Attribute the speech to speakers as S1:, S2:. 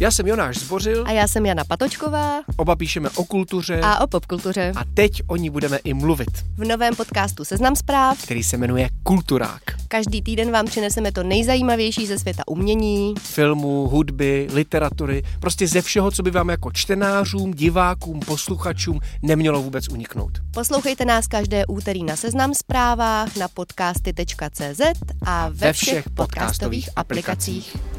S1: Já jsem Jonáš Zbořil,
S2: A já jsem Jana Patočková
S1: oba píšeme o kultuře a,
S2: a o popkultuře
S1: a teď o ní budeme i mluvit,
S2: v novém podcastu Seznam zpráv.
S1: který se jmenuje Kulturák.
S2: Každý týden vám přineseme to nejzajímavější ze světa umění.
S1: Filmů, hudby, literatury, prostě ze všeho, co by vám jako čtenářům, divákům, posluchačům nemělo vůbec uniknout.
S2: Poslouchejte nás každé úterý na Seznam zprávách, na podcasty.cz a ve všech podcastových aplikacích.